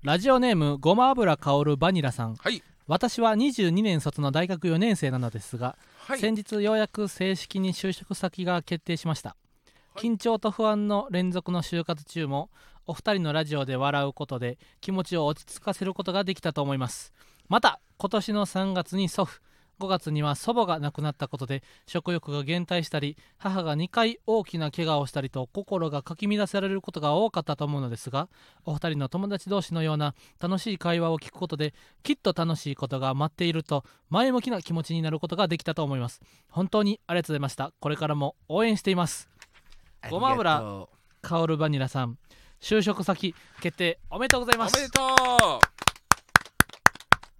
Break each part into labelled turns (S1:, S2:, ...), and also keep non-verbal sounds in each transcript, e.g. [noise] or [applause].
S1: ラジオネームごま油香るバニラさん
S2: はい
S1: 私は22年卒の大学4年生なのですが、先日ようやく正式に就職先が決定しました、
S2: はい
S1: 緊張と不安の連続の就活中もお二人のラジオで笑うことで気持ちを落ち着かせることができたと思いますまた今年の3月に祖父5月には祖母が亡くなったことで食欲が減退したり母が2回大きな怪我をしたりと心がかき乱されることが多かったと思うのですがお二人の友達同士のような楽しい会話を聞くことできっと楽しいことが待っていると前向きな気持ちになることができたと思います本当にありがとうございましたこれからも応援しています
S2: ありがとう
S1: ごま油カオルバニラさん就職先決定おめでとうござい
S2: お
S1: ま
S2: めですと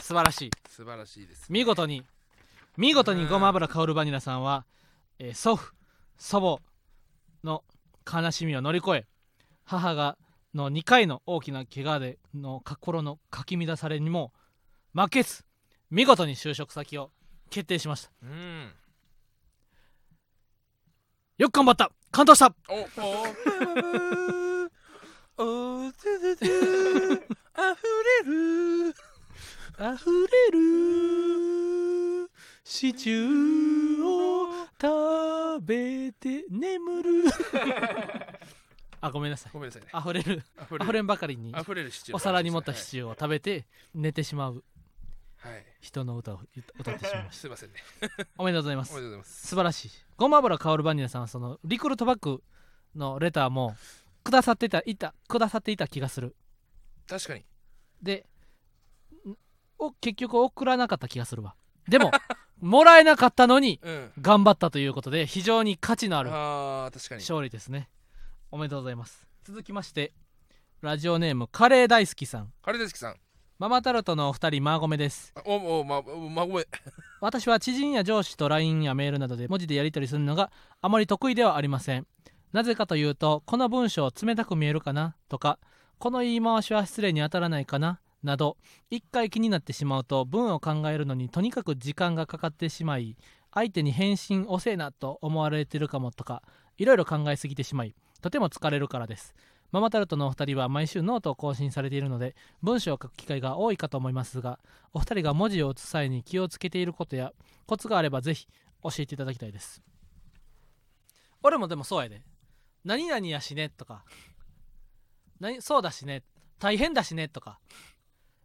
S1: 素晴らしいう
S2: 素晴らしいです
S1: 見事に見事にごま油香るバニラさんは、えー祖父祖母の悲しみを乗り越え母がの2回の大きな怪我での心のかき乱されにも負けず見事に就職先を決定しました
S2: うん
S1: よく頑張った感動した
S2: おお
S1: おずずずあふれるあふれるシチューを食べて眠 [laughs] るあごめんなさい
S2: ごめんなさいね
S1: あふれる
S2: あふ
S1: あふれんばかりに
S2: あふれるシチュー
S1: お皿に盛ったシ
S2: シチ
S1: チューを食べて寝てしまう
S2: ューはい
S1: 人の歌を歌ってしま
S2: [laughs]
S1: いまし
S2: すいませんね
S1: たおめでとうございま
S2: おめ
S1: す
S2: でとうございます
S1: 素晴らしいごま油香るバニラさんはそのリクルートバックのレターもくださっていたいたくださっていた気がする
S2: 確かに
S1: でんお結局送らなかった気がするわで
S2: [laughs]
S1: ももらえなかったのに
S2: うん
S1: 頑張ったということで非常に価値のある
S2: あー確かに
S1: 勝利ですねおめでとうございます続きましてラジオネームカレー大好きさん
S2: カレデスキさん
S1: ママタルトのお二人マーゴメです
S2: あおおまおまごめ
S1: 私は知人や上司と LINE やメールなどで文字でやり取りするのがあまり得意ではありませんなぜかというとこの文章冷たく見えるかなとかこの言い回しは失礼に当たらないかななど一回気になってしまうと文を考えるのにとにかく時間がかかってしまい相手に返信遅えなと思われてるかもとかいろいろ考えすぎてしまいとても疲れるからですママタルトのお二人は毎週ノートを更新されているので文章を書く機会が多いかと思いますがお二人が文字を打つ際に気をつけていることやコツがあればぜひ教えていただきたいです俺もでもそうやで何々やしねとか何そうだしね大変だしねとか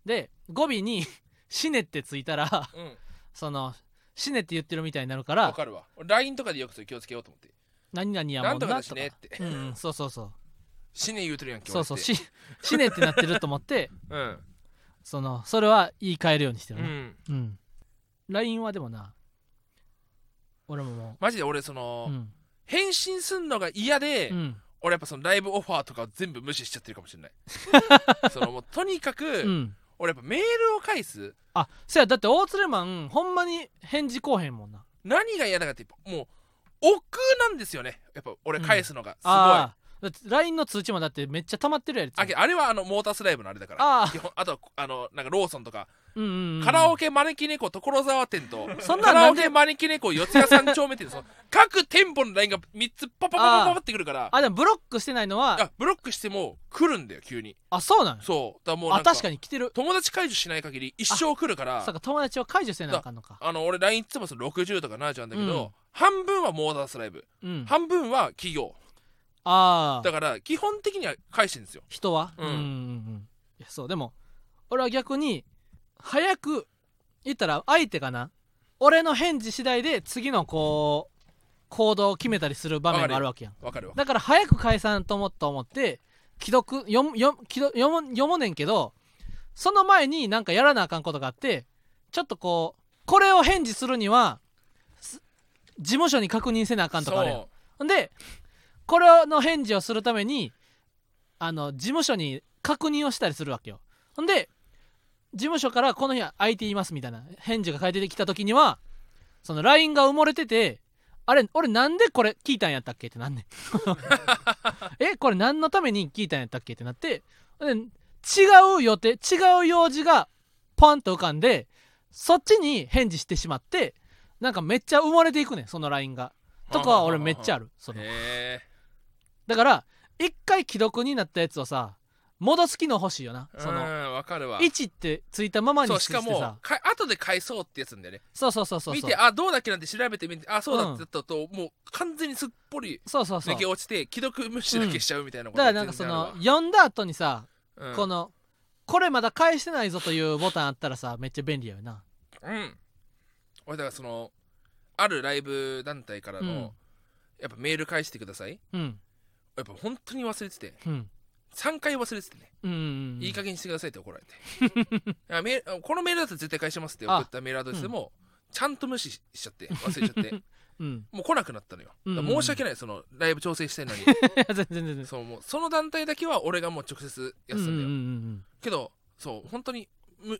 S1: で語尾に [laughs] 死ねってついたら [laughs]
S2: うん
S1: その死ねって言ってるみたいになるか
S2: わ
S1: ら
S2: かるわ俺 LINE とかでよくそれ気をつけようと思って
S1: 何々や
S2: な
S1: も
S2: ん
S1: ん
S2: と
S1: な
S2: かだ
S1: と
S2: し
S1: か
S2: ねって
S1: うんうんそうそうそう
S2: 死ね言うてるやんけ
S1: そうそう
S2: 俺って
S1: 死 [laughs] 死ねってなってると思って
S2: うん
S1: そのそれは言い換えるようにして
S2: う
S1: るね
S2: ん
S1: うん LINE はでもな俺もも、
S2: マジで俺そうの
S1: うん
S2: 返信すんのが嫌で
S1: うん
S2: 俺やっぱそのライブオファーとかを全部無視しちゃってるかもしれないそのもうとにか
S1: う
S2: く
S1: ん、
S2: 俺やっぱメールを返す
S1: あそやだって大鶴マンほんまに返事こうへんもんな
S2: 何が嫌だかってやっぱもう億劫なんですよねやっぱ俺返すのがすごい、あ
S1: あーだって LINE の通知もだってめっちゃ溜まってるやつ
S2: けあれはあのモータースライブのあれだから
S1: あ
S2: 基本あとはあのなんかローソンとか、
S1: ーうんうん、うん、
S2: カラオケ招き猫所沢店と
S1: そんな
S2: カ
S1: ん
S2: ラ
S1: な
S2: オ
S1: んで
S2: ケ招き猫四谷三丁目店その各店舗のラインが3つパパパパパパってくるから
S1: あでもブロックしてないのはあ
S2: あブロックしても来るんだよ急に
S1: そうなんや
S2: そうだからもうな
S1: あ
S2: んか
S1: 確かに来てる
S2: 友達解除しない限り一生来るから
S1: そうか友達を解除せなあかんのか
S2: あの俺 LINE いつもその60とか70なんだけど、
S1: うん
S2: 半分はモータースライブ、
S1: うん
S2: 半分は企業
S1: ああ
S2: だから基本的には返してるんですよ
S1: 人は
S2: うん
S1: うんうんうんいやそうでも俺は逆に早く言ったら相手がな俺の返事次第で次のこう行動を決めたりする場面があるわけやん
S2: わかるわ
S1: だから早く解散と思ったと思って既読読む読む既読読む読もねんけどその前になんかやらなあかんことがあってちょっとこうこれを返事するにはす事務所に確認せなあかんとかあるやん
S2: そう
S1: ほんでこれの返事をするためにあの事務所に確認をしたりするわけよほんで事務所からこの日は空いていますみたいな返事が返ってきた時にはその LINE が埋もれててあれ俺なんでこれ聞いたんやったっけってなんねん [laughs] えこれ何のために聞いたんやったっけってなってで違う予定違う用事がポンと浮かんでそっちに返事してしまってなんかめっちゃ埋もれていくねんその LINE がとかは俺めっちゃあるその
S2: へえ
S1: だから一回既読になったやつをさ戻す機能欲しいよな
S2: う
S1: その
S2: んわかるわ
S1: 位置ってついたままに
S2: そう
S1: し
S2: してかも
S1: さ
S2: か後で返そうってやつなんだよね
S1: そうそうそうそう
S2: 見てあどうだっけなんて調べてみてあそうだってやったと、もう完全にすっぽり
S1: そうそうそう
S2: 抜け
S1: だ
S2: 落ちて既読無視だけしちゃうみたいなこと
S1: からなんかその読んだ後にさ、
S2: 全然あるわ
S1: このこれまだ返してないぞというボタンあったらさめっちゃ便利やよな
S2: うん、うん俺だからそのあるライブ団体からの、
S1: うん
S2: やっぱメール返してください
S1: うん
S2: やっぱ本当に忘れてて
S1: うん
S2: 3回忘れててね、
S1: うんうん
S2: いい加
S1: 減
S2: 減にしてくださいって怒られて
S1: [laughs]
S2: あメールこのメールだと絶対返しますって送ったメールアドレスでも、ちゃんと無視しち
S1: [laughs]
S2: ゃって忘れちゃって
S1: うん
S2: もう来なくなったのよ、だから申し訳ないそのライブ調整してるの
S1: [laughs]
S2: に [laughs]
S1: いや全然全然
S2: そうもうその団体だけは俺がもう直接やってたんだよ、
S1: うんうんうん
S2: けどそう本当にむ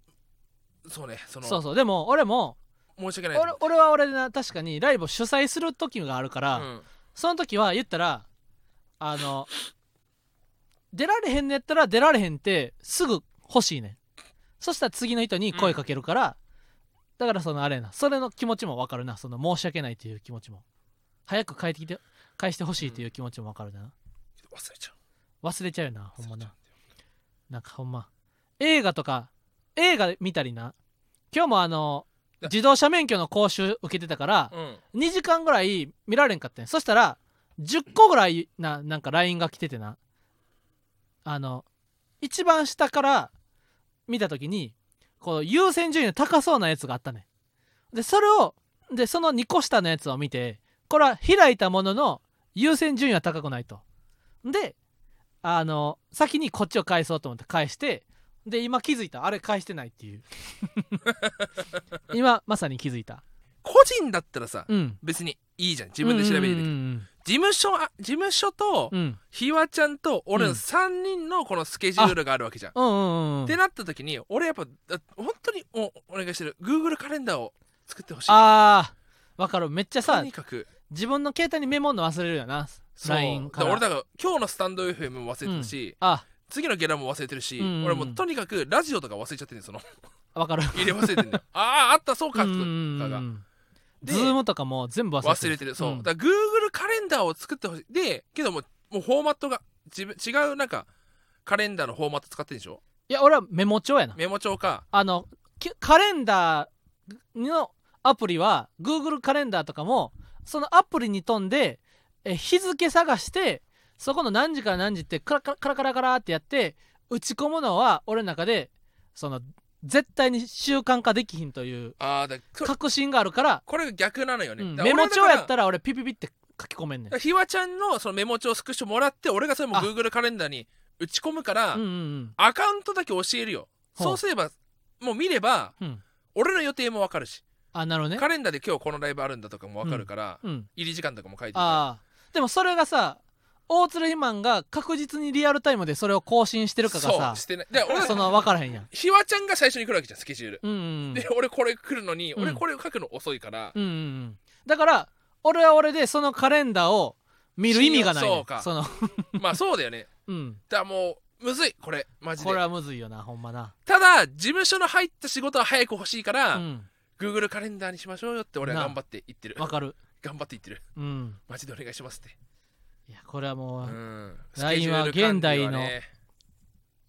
S2: そうねそ
S1: うん
S2: の
S1: そうそうでも俺も
S2: 申し訳ない
S1: 俺俺は俺でな確かにライブを主催する時があるから、
S2: うん
S1: その時は言ったらあの出られへんのやったら出られへんってすぐ欲しいねんそしたら次の人に声かけるから、だからそのあれやなそれの気持ちも分かるなその申し訳ないという気持ちも早く帰ってきて返してほしいという気持ちも分かるな
S2: 忘れちゃう
S1: 忘れちゃうよなほん
S2: 忘
S1: ま
S2: れちゃ
S1: ななんかほんま映画とか映画見たりな今日もあの
S2: だ
S1: 自動車免許の講習受けてたから、
S2: うんだようん
S1: 2時間ぐらい見られんかったんやそしたら10個ぐらいななんか LINE が来ててなあの一番下から見た時にこう優先順位の高そうなやつがあったねんでそれをでその2個下のやつを見てこれは開いたものの優先順位は高くないとであの先にこっちを返そうと思って返してで今気づいたあれ返してないっていう今まさに気づいた
S2: 個人だったらさ、
S1: うん
S2: 別にいいじゃん自分で調べれ
S1: うんうんう
S2: る
S1: ん
S2: 事務所あ事務所と
S1: うんうん
S2: ひわちゃんと俺
S1: うん
S2: の3人のこのスケジュールがあるわけじゃん、
S1: うんうんうん
S2: ってなった時に俺やっぱだ本当におお願いしてる Google カレンダーを作ってほしい
S1: あーわかるめっちゃ
S2: と
S1: さ
S2: にかく
S1: 自分の携帯にメモんの忘れるよな
S2: そう
S1: LINE か
S2: だから
S1: ら
S2: 俺だから今日のスタンド FM も忘れてるし、
S1: あ
S2: 次のゲラも忘れてるし、
S1: うんうんうん
S2: 俺もうとにかくラジオとか忘れちゃってるんその
S1: わかる
S2: 入れ忘れてる
S1: [laughs]
S2: んだよあああったそうかと
S1: う
S2: か
S1: ん
S2: が、
S1: うんうん
S2: で
S1: ズームとかも全部忘れてる
S2: 忘れてるそう、
S1: ん
S2: だから Google カレンダーを作ってほしいでけどもうもうフォーマットが自分違うなんかカレンダーのフォーマット使ってるでしょ
S1: いや俺はメモ帳やな
S2: メモ帳か
S1: あのきカレンダーのアプリは Google カレンダーとかもそのアプリに飛んでえ日付探してそこの何時から何時ってカラカラカラカラカラってやって打ち込むのは俺の中でその絶対に習慣化できひんという
S2: ああだからこ
S1: 確信があるから、
S2: これが逆なのよね、
S1: うん
S2: だか
S1: メ
S2: ら
S1: モ
S2: 俺だ
S1: 帳
S2: から
S1: やったら俺ピピピって書き込めんねん。
S2: ひわちゃんのそのメモ帳スクショもらって俺がそれも
S1: あ
S2: Google カレンダーに打ち込むから、
S1: うんうん
S2: アカウントだけ教えるよ
S1: ほう
S2: そうすればもう見れば
S1: うんうん、
S2: 俺の予定もわかるし
S1: あなるほどね
S2: カ。レンダーで今日このライブあるんだとかもわかるから、
S1: うん、
S2: 入り時間とかも書いてるから
S1: あーでもそれがさ大鶴ひまんが確実にリアルタイムでそれを更新してるかがさ
S2: そうしてないで俺
S1: [laughs] その分からへんやん。
S2: ひわちゃんが最初に来るわけじゃんスケジュール、
S1: うんうんうん
S2: で俺これ来るのに、
S1: うん
S2: 俺これ書くの遅いから、
S1: うんうんうんだから俺は俺でそのカレンダーを見る意味がない、ねん、
S2: そうか
S1: その、
S2: まあそうだよね
S1: うん、
S2: だからもうむずいこれマジで
S1: これはむずいよなほんまな。
S2: ただ事務所の入った仕事は早く欲しいから、
S1: うん
S2: Google カレンダーにしましょうよって俺は
S1: な
S2: 頑張って言ってる
S1: わかる。
S2: 頑張って言ってる
S1: うん、
S2: マジでお願いしますって
S1: いやこれはもう
S2: う
S1: ん LINE は
S2: スケジュール管理はね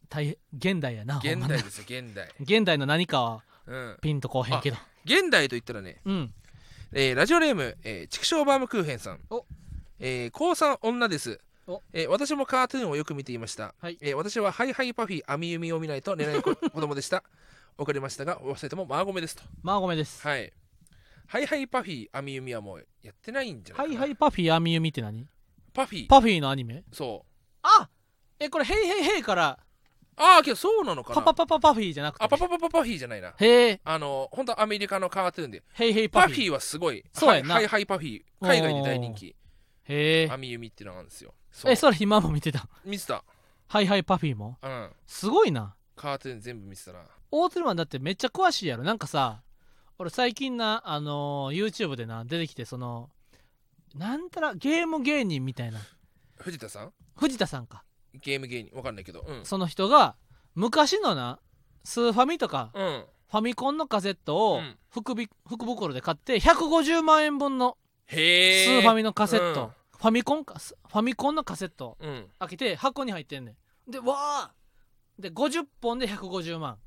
S1: 大変現代やなほんま
S2: 現
S1: な
S2: 代ですよ現代
S1: 現代の何かは
S2: うん
S1: ピンとこうへんけど。
S2: 現代と言ったらね
S1: うん
S2: えーラジオネーム、えー、畜生バームクーヘンさん
S1: お
S2: えー高三女です
S1: お
S2: えー私もカートゥーンをよく見ていました、
S1: はい
S2: えー私はハイハイパフィー網弓を見ないと
S1: [laughs]
S2: 寝ない子子供でした遅れましたが忘れてもマーゴメですと
S1: まあごめんです。
S2: はいハイハイパフィー網弓はもうやってないんじゃな
S1: はいい
S2: かな
S1: はいパフィー網弓って何
S2: パフィー
S1: パフィーのアニメ
S2: そう
S1: あえこれ「ヘイヘイヘイ」から
S2: ああけどそうなのか
S1: パ
S2: な
S1: パパパパフィーじゃなくて
S2: あパパパパパフィーじゃないな
S1: へえ
S2: あの本当アメリカのカートゥーンで
S1: ヘイヘイ
S2: パ
S1: パ
S2: フ
S1: フィー
S2: ィーはすごい
S1: そうやな
S2: ハイハイパフィー海外で大人気
S1: へえ
S2: 網弓っていうのがあるんですよそう
S1: えそれ今も見てた
S2: 見てた
S1: はいはいパフィーも
S2: うん
S1: すごいな
S2: カートゥーン全部見てたな
S1: 大鶴マンだってめっちゃ詳しいやろなんかさ俺最近なあのー YouTube でな出てきてそのなんたらゲーム芸人みたいな
S2: 藤田さん
S1: 藤田さんか
S2: ゲーム芸人わかんないけどうん
S1: その人が昔のなスーファミとか
S2: うん
S1: ファミコンのカセット
S2: う
S1: を
S2: ん
S1: 福び福袋で買って150万円分のス
S2: へえ
S1: ーファミのカセット、
S2: うん
S1: ファミコンかスファミコンのカセット
S2: うん
S1: 開けて箱に入ってんねんでわあで50本で150万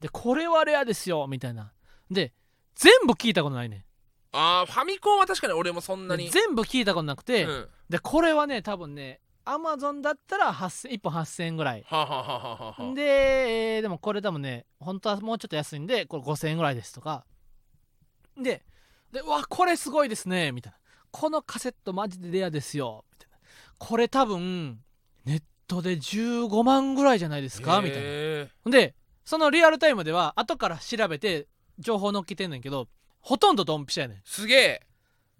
S1: でこれはレアですよみたいなで全部聞いたことないね
S2: あーファミコンは確かに俺もそんな
S1: で
S2: に
S1: 全部聞いたことなくて、
S2: うん、は
S1: でこれはね多分ねアマゾンだったら8000 1本8000円ぐらい
S2: あ、はあはあはあはあ、
S1: で、えーでもこれ多分ね本当はもうちょっと安いんでこれ5000円ぐらいですとかででうわこれすごいですねみたいなこのカセットマジでレアですよみたいなこれ多分ネットで15万ぐらいじゃないですかみたいな
S2: へー
S1: でそのリアルタイムでは後から調べて情報載っけてんねんけどほとんどドンピシャやねん
S2: すげえ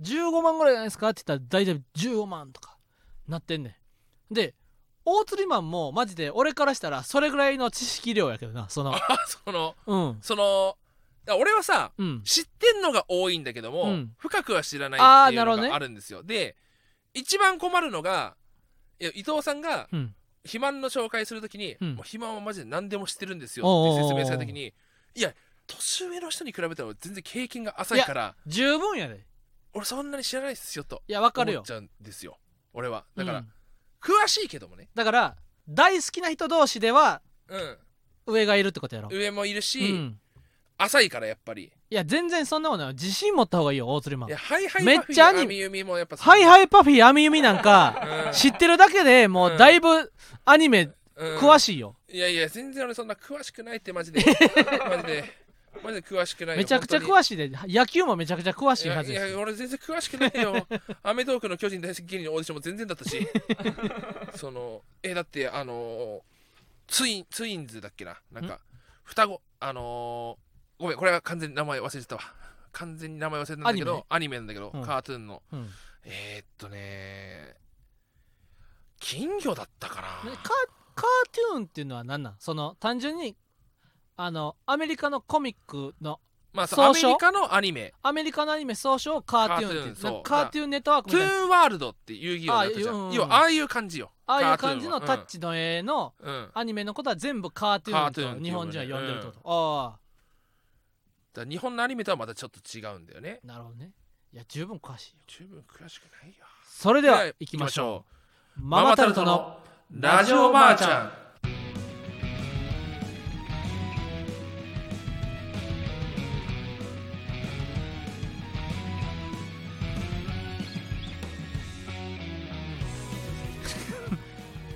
S1: 15万ぐらいじゃないですかって言ったら大体15万とかなってんねんで大釣りマンもマジで俺からしたらそれぐらいの知識量やけどな
S2: [laughs]
S1: その
S2: あその
S1: うん
S2: そのだ俺はさ
S1: うん
S2: 知ってんのが多いんだけども、
S1: うん
S2: 深くは知らないっていう
S1: あーなるほど
S2: の
S1: ね
S2: があるんですよ、で一番困るのがいや伊藤さんが
S1: うん
S2: 肥満の紹介するときに、
S1: うん
S2: もう肥満はマジで何でも知ってるんです
S1: おうお
S2: よ
S1: う
S2: っ
S1: おう
S2: て説明された時にいや年上の人に比べたら全然経験が浅いから
S1: 十分やで
S2: 俺そんなに知らないですよと
S1: いやわかる
S2: 思
S1: よ
S2: っちゃうんですよ俺はだから、
S1: うん
S2: 詳しいけどもね、
S1: だから大好きな人同士では
S2: うん、
S1: 上がいるってことやろ
S2: 上もいるし、
S1: うん
S2: 浅いからやっぱり
S1: いや全然そんなことない自信持った方がいいよ大釣りマン
S2: いやハイハイ
S1: めっちゃアニメ
S2: みゆみもやっぱ
S1: ハイ
S2: イ、
S1: ハイパフィー網弓なんか
S2: うん
S1: 知ってるだけでもうだいぶアニメ
S2: うん
S1: 詳しいよ、
S2: いやいや全然俺そんな詳しくないって
S1: [laughs]
S2: マジでマジでマジで詳しくない
S1: めちゃくちゃ
S2: し
S1: 詳しいで野球もめちゃくちゃ詳しいはず
S2: い
S1: で
S2: や
S1: す
S2: いや
S1: よ
S2: 俺全然詳しくな
S1: [laughs]
S2: いよアメトークの巨人大好き芸人のオーディションも全然だったしそのえだってあのーツインツインズだっけななんか双子あのーごめんこれは完全に名前忘れてたわ完全に名前忘れてたんだけどアニメなんだけど、
S1: うん
S2: カートゥーンの
S1: うんね
S2: えー、っとね金魚だったか
S1: カ
S2: な
S1: カートゥーンっていうのは何なんその単純にあのアメリカのコミックの
S2: まあそう
S1: 総
S2: アメ
S1: 称
S2: リカのアニメ
S1: アメリカのアニメ総称をカートゥーンって
S2: カートゥーンそう
S1: なんかカートゥーンネットワークみ
S2: ト
S1: た
S2: ゥ
S1: いな
S2: ーンワールドって遊戯王だったじゃ
S1: あうんうん
S2: ん。
S1: うん
S2: 要はああいう感じよ。
S1: ああいう
S2: カートゥーンは
S1: 感じのタッ。チの絵の
S2: うんうんだか
S1: アニメのことは全部カートゥ
S2: カートゥー
S1: ー
S2: ン
S1: ン
S2: っ
S1: と
S2: て
S1: 日
S2: いうも
S1: 本
S2: んね
S1: 人は呼んでるってこと、あ
S2: ら日本のアニメとはまたちょっと違うんだよね。
S1: あなるほどねいや十分詳しいよ
S2: 十分詳しくないよ。
S1: それでは
S2: では
S1: 行きましょう
S2: う
S1: ママタルトの
S2: ラジオばあちゃん。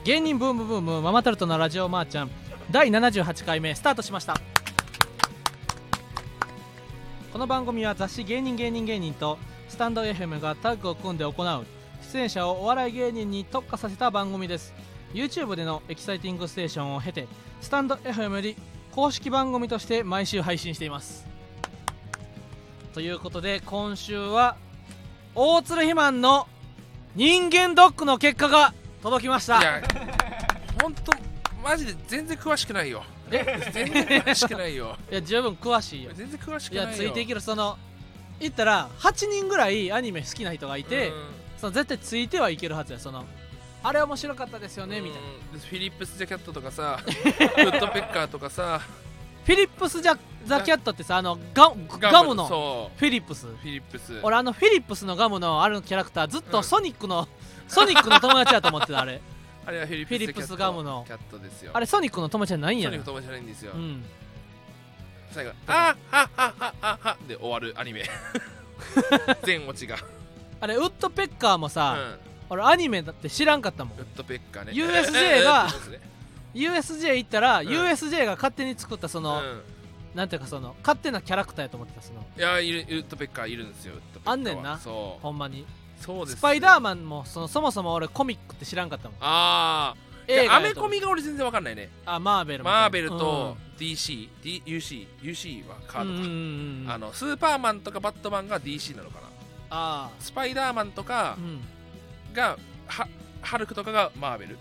S1: 芸人ブームブームママタルトのラジオマーちゃん第78回目スタートしましたこの番組は雑誌「芸人芸人芸人」とスタンド FM がタッグを組んで行う出演者をお笑い芸人に特化させた番組です YouTube でのエキサイティングステーションを経てスタンド FM より公式番組として毎週配信していますということで今週は大鶴肥満の人間ドックの結果が届きました
S2: いや、ほんと、マジで全然詳しくないよ。
S1: え
S2: 全然詳しくないよ。
S1: いや十分詳しいよ
S2: 全然詳しく
S1: い
S2: ないよ。
S1: やついていけるその言ったら8人ぐらいアニメ好きな人がいて、
S2: うん
S1: その絶対ついてはいけるはずやそのあれ面白かったですよねみたいな
S2: うんフィリップス・ジャキャットとかさ、ウッドペッカーとかさ、
S1: フィリップス・ジャザ・キャットってさあのガ [laughs] ガムの
S2: そう、
S1: フィリップス
S2: フィリップス。
S1: 俺あのフィリップスのガムのあるキャラクターずっ
S2: う
S1: と
S2: ん
S1: ソニックの、ソニックの友達やと思ってたあれ
S2: あれはフィリッ
S1: フィリップ
S2: プ
S1: ス
S2: ス・キャッ
S1: ガ
S2: ト
S1: ムの
S2: キャットですよ。
S1: あれソニックの友達じゃないんや
S2: ソ
S1: な
S2: ニック友達じゃないんですよ。
S1: うん
S2: 最後「あーはっはっはっはっは」で終わるアニ
S1: [laughs]
S2: メ全落ちが、
S1: あれウッドペッカーも
S2: う
S1: さ、
S2: ん、
S1: 俺アニメだって知らんかったもん
S2: ウッドペッカーね
S1: USJ
S2: [laughs]
S1: が USJ 行ったら、
S2: ん
S1: USJ が勝手に作ったそ
S2: うん
S1: の、なんていうかその勝手なキャラクターやと思ってたその
S2: いやいるウッドペッカーいるんですよウッドペッカーは
S1: あんねんな
S2: そ
S1: ほんまに
S2: うそうです
S1: スパイダー
S2: ン
S1: マンもそのそもそも俺コミックって知らんかったもん
S2: あーい
S1: 映
S2: や
S1: 画
S2: ア
S1: や
S2: メ
S1: と
S2: コ
S1: 思って
S2: ミが俺全然わかんないね
S1: あマーベルみたいな
S2: マーベルと DCUCUC、D UC UC はカ
S1: うんう
S2: ー
S1: んうんうんう
S2: ドか、
S1: ん
S2: あのスーパーマンとかバットマンが DC なのかな
S1: あ
S2: スパイダーマンと
S1: あ
S2: か
S1: うん
S2: が、はハルクとかがマーベル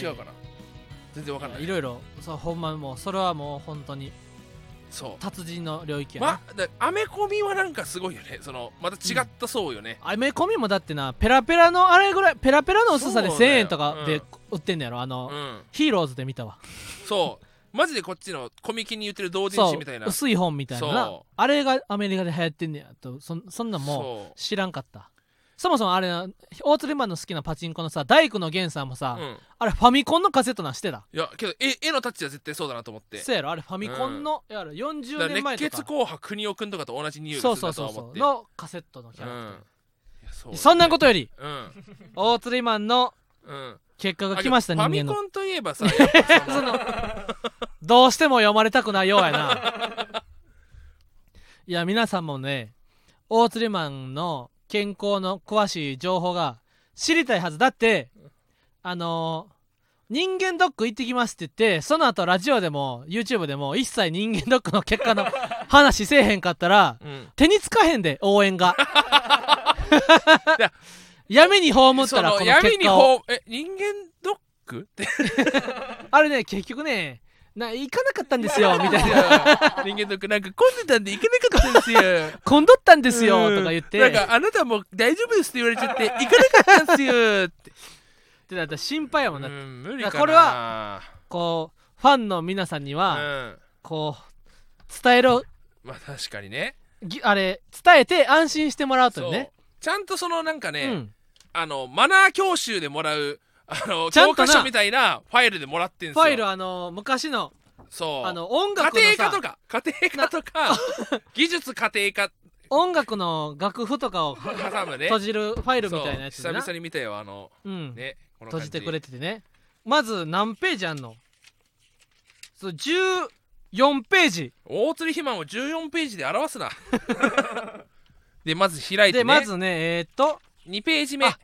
S2: 違う
S1: か
S2: かな全然わかんない
S1: いろいろそうほんまもうそれはもう本当に
S2: そう
S1: 達人の領域やな、
S2: ま、だアメコミはなんかすごいよねそのまた違ったそうよね、
S1: アメコミもだってなペラペラのあれぐらいペラペラの薄さで
S2: そうだ
S1: 1000
S2: よ
S1: 円とか
S2: う
S1: で
S2: ん
S1: 売ってんのやろあの、
S2: うん
S1: ヒーローズで見たわ
S2: そうマジでこっちのコミケに言ってる同人
S1: そ
S2: 誌
S1: う
S2: みたいな
S1: 薄い本みたいなな
S2: そう
S1: あれがアメリカで流行ってんねやとそそんなんもう
S2: そ
S1: 知らんかったそもそもあれな大鶴マンの好きなパチンコのさ大工の源さんもさ、
S2: うん
S1: あれファミコンのカセットなんしてた
S2: いやけど絵絵のタッチは絶対そうだなと思って
S1: そうやろあれファミコンの、やろ40
S2: だから
S1: 年前
S2: 熱
S1: とか
S2: 血紅白国尾くんとかと同じ匂い
S1: そ
S2: が
S1: う
S2: する
S1: そう
S2: なと
S1: そう
S2: は
S1: そ
S2: 思っ
S1: う
S2: て
S1: のカセットのキャ
S2: う
S1: ラクター、
S2: んいやそう
S1: そんなことより
S2: うん
S1: 大鶴マンの
S2: うん
S1: 結果が来ました人
S2: あけ
S1: 間
S2: どファ
S1: の
S2: ミコンといえば
S1: [laughs]
S2: さやっぱその
S1: どうしても読まれたくないようやないや皆さんもね大鶴マンの健康の詳しい情報が知りたいはずだってあのー人間ドック行ってきますって言ってその後ラジオでも YouTube でも一切人間ドックの結果
S2: [laughs]
S1: の話せえへんかったら
S2: うん
S1: 手につかへんで応援が
S2: いや
S1: [laughs] 闇に葬っ
S2: そ
S1: たら
S2: の
S1: この
S2: 闇
S1: 結
S2: に
S1: 果を
S2: こうえ人間ドックって
S1: あれね結局ねな行かなかったんですよみたい
S2: い
S1: な
S2: や [laughs] 人間ドックなんか混んでたんで行けなかったんですよ
S1: 混んどったんですよ
S2: うん
S1: とか言って
S2: なんかあなたもう大丈夫ですって言われちゃって行かなかったんですよって
S1: ってなったら心配やもんな、
S2: うん無理かな
S1: これ
S2: は
S1: こうファンの皆さんに
S2: う
S1: は、
S2: ん
S1: こう伝えろ
S2: まあ確かにね
S1: ぎあれ伝えて安心してもらうというね
S2: ちゃんとそのなんかね、
S1: うん
S2: あのマナー教習でもらうあ
S1: [laughs]
S2: の
S1: ちゃ
S2: 教
S1: んと
S2: 科
S1: な
S2: 書みたいなファイルでもらってんす
S1: フ
S2: よ
S1: ァイルあの昔の
S2: そう
S1: あの音
S2: 家
S1: 楽の
S2: 庭科
S1: さ
S2: とか家庭科とか技術家庭科
S1: 音楽の楽譜とかを
S2: 挟むね
S1: [laughs] 閉じるファイルみたいなやつ
S2: そう
S1: でな
S2: 久々に見たよあの
S1: うん、
S2: ねこの
S1: 閉
S2: 感じ
S1: じてくれててねまず何ページあんのそう14ページ
S2: 大鶴肥満を14ページで表すな [laughs] でまず開いて、
S1: で
S2: ね、
S1: まずねえーっと
S2: 2ページ目
S1: あ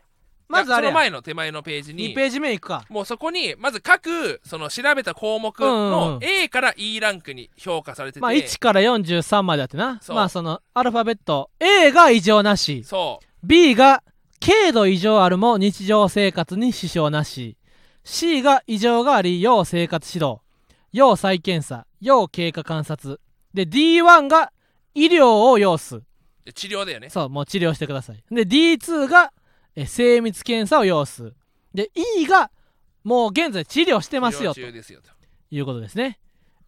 S1: まずあれ
S2: いやその前の手前のページに
S1: 2ページ目いくか
S2: もうそこにまず各その調べた項目
S1: うんうん
S2: の
S1: うん
S2: A から E ランクに評価されてて、
S1: まあ1から43まであってな
S2: そう
S1: まあそのアルファベット A が異常なし
S2: そう
S1: B が軽度異常あるも日常生活に支障なし C が異常があり要生活指導要再検査要経過観察で D1 が医療を要す
S2: で治療だよね
S1: そうもう治療してくださいで D2 がえ精密検査を要すで E がもう現在治療してますよと
S2: 治療中ですよと
S1: いうことですね。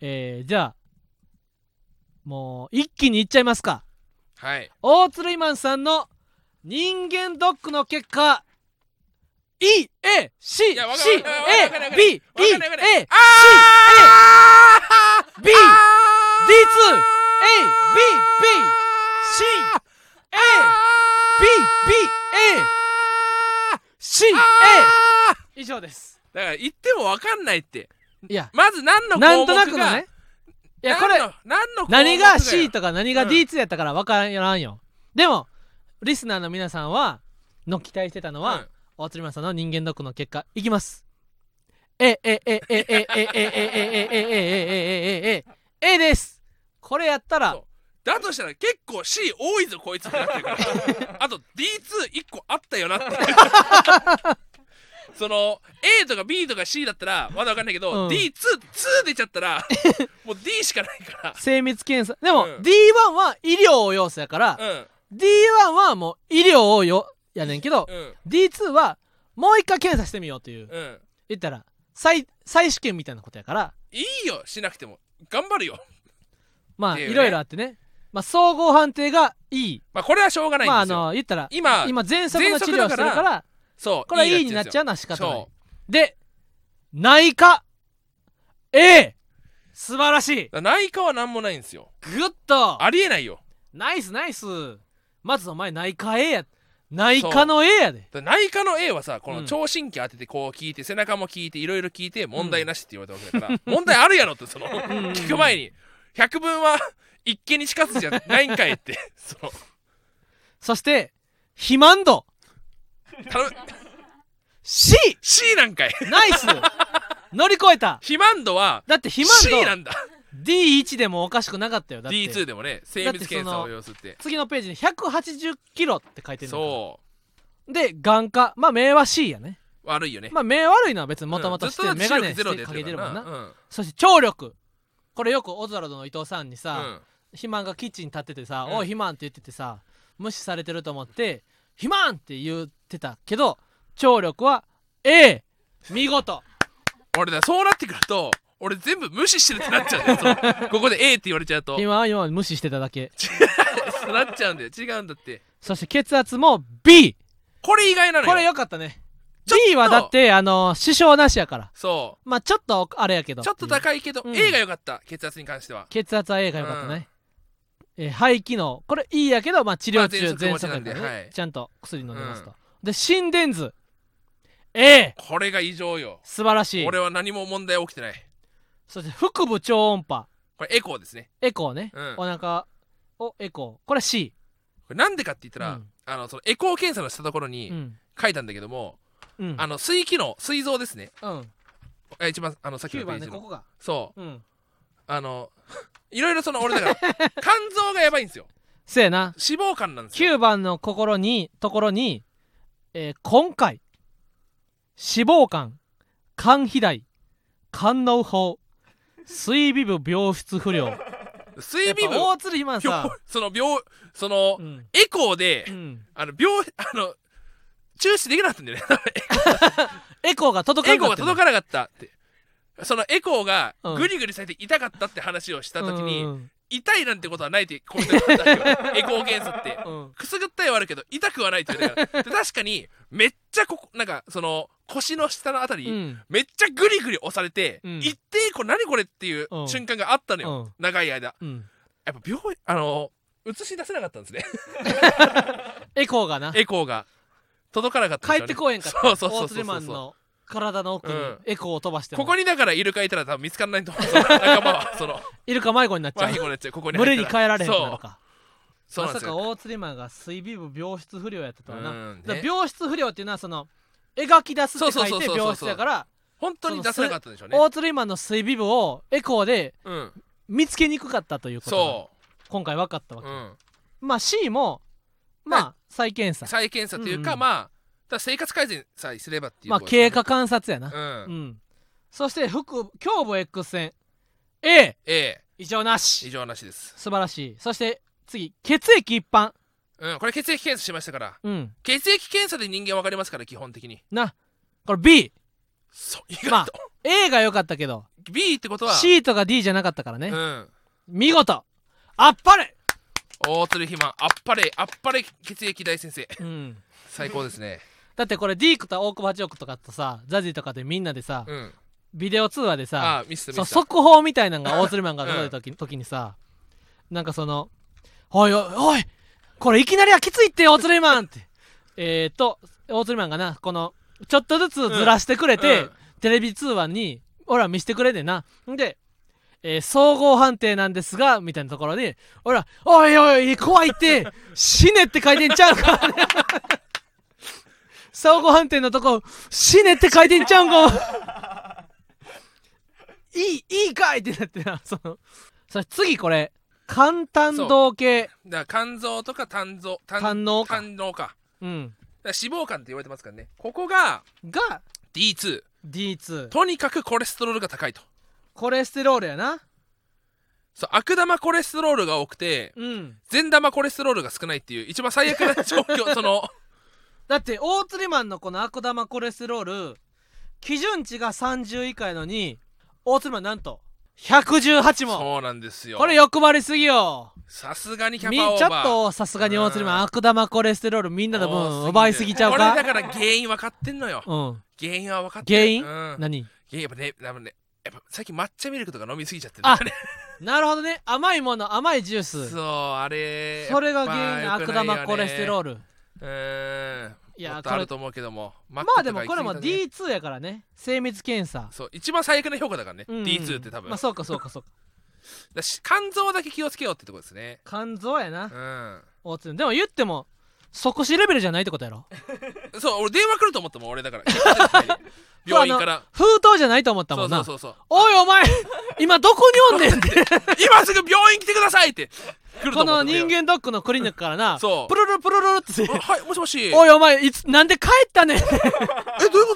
S1: えーじゃあ、もう一気にいっちゃいますか。
S2: はい
S1: 大鶴イマンさんの人間ドックの結果、E、A、C、C、
S2: いやわかんな
S1: A、
S2: い
S1: B、E、
S2: わかんないわかんない
S1: A、
S2: あー
S1: B D2 A B B C A B B A C A
S2: あー
S1: 以上です。
S2: だから言ってもわかんないって
S1: いや、
S2: まず何の項目が
S1: なんとなくのね。いや、これ
S2: 何、の何の項目だよ
S1: 何が C とか何が
S2: うん
S1: D2 やったから分からんよ、でもリスナーの皆さんはの期待してたのは、
S2: うん
S1: 大鶴マンさんの人間ドックの結果いきますえええええええええええええええええええですこれやったら
S2: そうだとしたら結構 C 多いぞこいつってなってるから
S1: [laughs]
S2: あと D21 個あったよなっていうその A とか B とか C だったらまだわかんないけど、
S1: うん
S2: D22 出ちゃっ
S1: [laughs]
S2: たらもう D しかないか
S1: 精密検査でも、
S2: うん
S1: D1 は医療を要すやから、
S2: らうん
S1: D1 はもう医療をよやねんけど、
S2: うん
S1: D2 はもう一回検査してみようという、
S2: うん
S1: 言ったら再再試験みたいなことやから
S2: いいよしなくても頑張るよ
S1: ま
S2: っ
S1: あ
S2: ていう
S1: い
S2: ね
S1: ろいろあってね、まあ、総合判定がいい、
S2: まあこれはしょうがないんで
S1: まああ
S2: すよ、
S1: の言ったら
S2: 今
S1: 今喘息の治療をしてるから
S2: 喘息だからそう
S1: これはいいになっちゃう
S2: う
S1: のは仕方ない
S2: そ
S1: で内科 A 素晴らしい
S2: だから内科は何もないんですよ
S1: グッと
S2: ありえないよ
S1: ナイスナイスまずお前内科 A や内科の A やで
S2: だから内科の A はさこ
S1: う
S2: の
S1: ん
S2: 聴診器当ててこう聞いて、背中も聞いていろいろ聞いて問題なしって言われたわけだから、問題あるやろってその
S1: んうん
S2: 聞く前に百分は一見にしかずじゃないんかいって [laughs] その
S1: そして肥満度
S2: 頼む
S1: C
S2: C なんかい
S1: ナイス
S2: [laughs]
S1: 乗り越えた
S2: 肥満度は
S1: だって肥
S2: C な
S1: 満
S2: んだ
S1: 度 D1 でもおかしくなかったよだって
S2: D2 でもね精密検査を要するって
S1: 次のページに180キロって書いてるのか
S2: そ
S1: で眼科まあ目は C やね
S2: う悪いよね
S1: まあ目悪いのは別にも
S2: 元
S1: と
S2: 々
S1: もとして眼鏡してかけてるもんな、
S2: うん
S1: そして聴力これよくオズワルドの伊藤さんに
S2: う
S1: さ、
S2: ん
S1: 肥満がキッチンに立っててさ「
S2: う
S1: お
S2: ん
S1: い肥満」って言っててさ無視されてると思って「肥満!」って言ってたけど聴力は A 見事
S2: 俺だそうなってくると俺全部無視してるってなっちゃうんだよそのここで A って言われちゃうと
S1: 肥満は今まで無視してただけ
S2: [laughs] そうなっちゃうんだよ違うんだって
S1: そして血圧も B
S2: これ意外なのよ
S1: これ良かったね
S2: ちょっと
S1: B はだってあの支障なしやから
S2: そ
S1: まあちょっとあれやけど
S2: うちょっと
S1: い
S2: 高いけど、
S1: うん
S2: A が良かった血圧に関しては
S1: 血圧は A が良かったね、えー肺機能これいいやけど、まあ、治療中
S2: まあ
S1: 全
S2: 喘息
S1: 息
S2: 持ちな
S1: や
S2: ん
S1: か
S2: で
S1: らね、
S2: はい
S1: ちゃんと薬飲んでますと、
S2: うん
S1: で心電図 A
S2: これが異常よ
S1: 素晴らしい
S2: 俺は何も問題起きてない
S1: そして腹部超音波
S2: これエコーですね
S1: エコーね、
S2: うん
S1: お腹をエコーこれは C、
S2: これなんでかって言ったら、
S1: うん
S2: あのそのエコー検査のしたところ
S1: う
S2: に
S1: ん
S2: 書いたんだけども、
S1: うん
S2: あの膵機能膵臓ですね
S1: うん、
S2: え一番あのさっきの
S1: 9
S2: ペー
S1: 番
S2: ジ
S1: ね
S2: の、
S1: ここが、
S2: そう
S1: うん、
S2: あの [laughs] いろいろその俺だから
S1: [laughs]
S2: 肝臓がやばいんですよ
S1: せやな
S2: 脂肪肝なんですよ
S1: 9番の心にところに、えー今回脂肪肝肝肥大肝嚢胞水微部病室不良
S2: 水微分
S1: やっぱ大鶴ひまん [laughs] さん
S2: 病その病その、
S1: うん
S2: エコーで、
S1: うん
S2: あの病あの注視できなかったんだよね
S1: エコーが届か
S2: エ
S1: な
S2: コ
S1: か
S2: ーが
S1: ったの
S2: 届かなかったってそのエコーが
S1: うん
S2: ぐりぐりされて痛かったって話をした時に、
S1: うんうん
S2: 痛いなんてことはないってコメントがあったんだ
S1: [laughs]
S2: よエコー検査って
S1: うん
S2: くすぐったいはあるけど痛くはないって言われたからで確かにめっちゃここなんかその腰の下のあたり、
S1: うん
S2: めっちゃぐりぐり押されて、
S1: うん
S2: 一定これ何これっていう
S1: うん
S2: 瞬間があったの
S1: う
S2: よ、
S1: ん
S2: 長い間
S1: うん
S2: やっぱ病あの映し出せなかったんですね
S1: エコーがな
S2: エコーが届かなかったんです
S1: 帰
S2: よ
S1: っ
S2: ね
S1: てこうへんかった
S2: そうそうそ
S1: 大
S2: うそう
S1: 鶴
S2: そ
S1: マ
S2: う
S1: ンの体の奥に
S2: うん
S1: エコーを飛ばしても
S2: ここにだからイルカいたら多分見つかんないと思うその仲間はそ [laughs] の
S1: イルカ迷子になっちゃ
S2: ワ
S1: う
S2: イゴのやつここに
S1: 群
S2: 入
S1: れ
S2: った
S1: に帰られへん
S2: そ
S1: の
S2: う
S1: か
S2: そう
S1: ま
S2: なんで
S1: さ
S2: す
S1: か
S2: よ
S1: 大鶴マンが水微部病室不良やったとはな
S2: うんね
S1: だから病室不良っていうのはその描き出すって書
S2: そう
S1: い
S2: そう
S1: て
S2: そうそう
S1: 病室やから
S2: 本当に出せなかったんでしょうね
S1: 大鶴マンの水微部をエコーで
S2: うん
S1: 見つけにくかったということが
S2: そ
S1: 今回分かったわ
S2: う、う
S1: け
S2: ん、
S1: まあ C もま
S2: は
S1: あ再検査
S2: 再検査という
S1: う
S2: か、
S1: んうん
S2: まあただ生活改善さえすればっていう
S1: まあ
S2: ことで
S1: 経
S2: すね
S1: 過観察やな
S2: う
S1: うんんそして腹部胸部 X 線 A
S2: え
S1: 異常な
S2: え以
S1: し
S2: 上なしです、
S1: 素晴らしいそして次血液一般
S2: うん、これ血液検査しましたから
S1: うん
S2: 血液検査で人間わかりますから基本的に
S1: なこれ B
S2: そう意外と、
S1: まあ A が良かったけど
S2: B ってことは
S1: C とか D じゃなかったからね、
S2: うん
S1: 見事あっぱれ、
S2: 大鶴ひまあっぱれあっぱれ血液大先生
S1: うん、
S2: 最高ですね
S1: だってこれ D クと大久保八億とかとさザジーとかでみんなでさ、
S2: うん
S1: ビデオ通話でさ
S2: ああミスった
S1: そ
S2: ミ
S1: う
S2: スった
S1: 速報みたいなのが大鶴マンが届いた
S2: [laughs]
S1: 時,、時にさなんかその「おいおいおいこれいきなりはきついって大鶴マン!」って [laughs] えーと大鶴マンがなこのちょっとずつずらしてくれて、
S2: うんうん
S1: テレビ通話に俺ら見せてくれんねんなんで、えー総合判定なんですがみたいなところで俺ら「おいおい怖いって死ね」 [laughs] って書いてんちゃうか総合判定のとこ「死ね」って書いてんちゃうんかいい、いいかいってなってな、その、それ次これ、簡単動系、
S2: だから肝臓とか胆臓胆
S1: 胆嚢か
S2: 胆嚢かだか
S1: うん、
S2: ら脂肪肝って言われてますからねここが
S1: が
S2: D2
S1: D2。
S2: とにかくコレステロールが高いと
S1: コレステロールやな。
S2: そう悪玉コレステロールが多くて
S1: うん。
S2: 善玉コレステロールが少ないっていう一番最悪な状
S1: [laughs]
S2: 況その
S1: だって、大釣りマンのこの悪玉コレステロール、基準値が30以下やのに、大釣りマンなんと、118も。
S2: そうなんですよ
S1: これ欲張りすぎよ。
S2: さすがにキャ
S1: み
S2: パオ
S1: ち
S2: ー
S1: ょ
S2: バー
S1: っとさすがに大釣りマ
S2: う
S1: ン、
S2: ん
S1: 悪玉コレステロールみんなの
S2: 多
S1: 分
S2: る
S1: 奪いすぎちゃう
S2: これ
S1: か
S2: だから原因分かってんのよ
S1: うん。
S2: 原因は分かって
S1: 原
S2: る
S1: 因、
S2: うん、原
S1: 何
S2: 因やっぱね多分ねやっぱ最近抹茶ミルクとか飲みすぎちゃってる
S1: あ
S2: ね
S1: なるほどね。甘いもの、甘いジュース。
S2: そうあれ
S1: それが原因
S2: やっぱ良
S1: 悪
S2: くないよね
S1: 玉コレステロール
S2: うーん
S1: いや
S2: も
S1: こ
S2: っ
S1: とれ
S2: あると思うけどもま
S1: まあでもこれも D2 やからね精密検査、
S2: そう一番最悪な評価だからね、
S1: うんうん
S2: D2 って多分、
S1: まあそうかそうかそうか
S2: だし肝臓だけ気をつけようってとこですね
S1: 肝臓やな
S2: うん
S1: 大津でも言っても即死レベルじゃないってことやろ
S2: そう俺電話来ると思ったもん
S1: [laughs]
S2: 俺だから結構ですね病院から
S1: 封筒じゃないと思った
S2: そ
S1: もん
S2: うそ
S1: な
S2: うそうそう
S1: おいお前今どこにおんねん
S2: [laughs]
S1: って
S2: 今すぐ病院来てくださいって来る
S1: こ
S2: と思った
S1: の人間ドックのクリニックからな
S2: そう
S1: プルルプルルルって
S2: あはいもしもしえどう
S1: おいお前いつなんで帰ったねん
S2: いうこ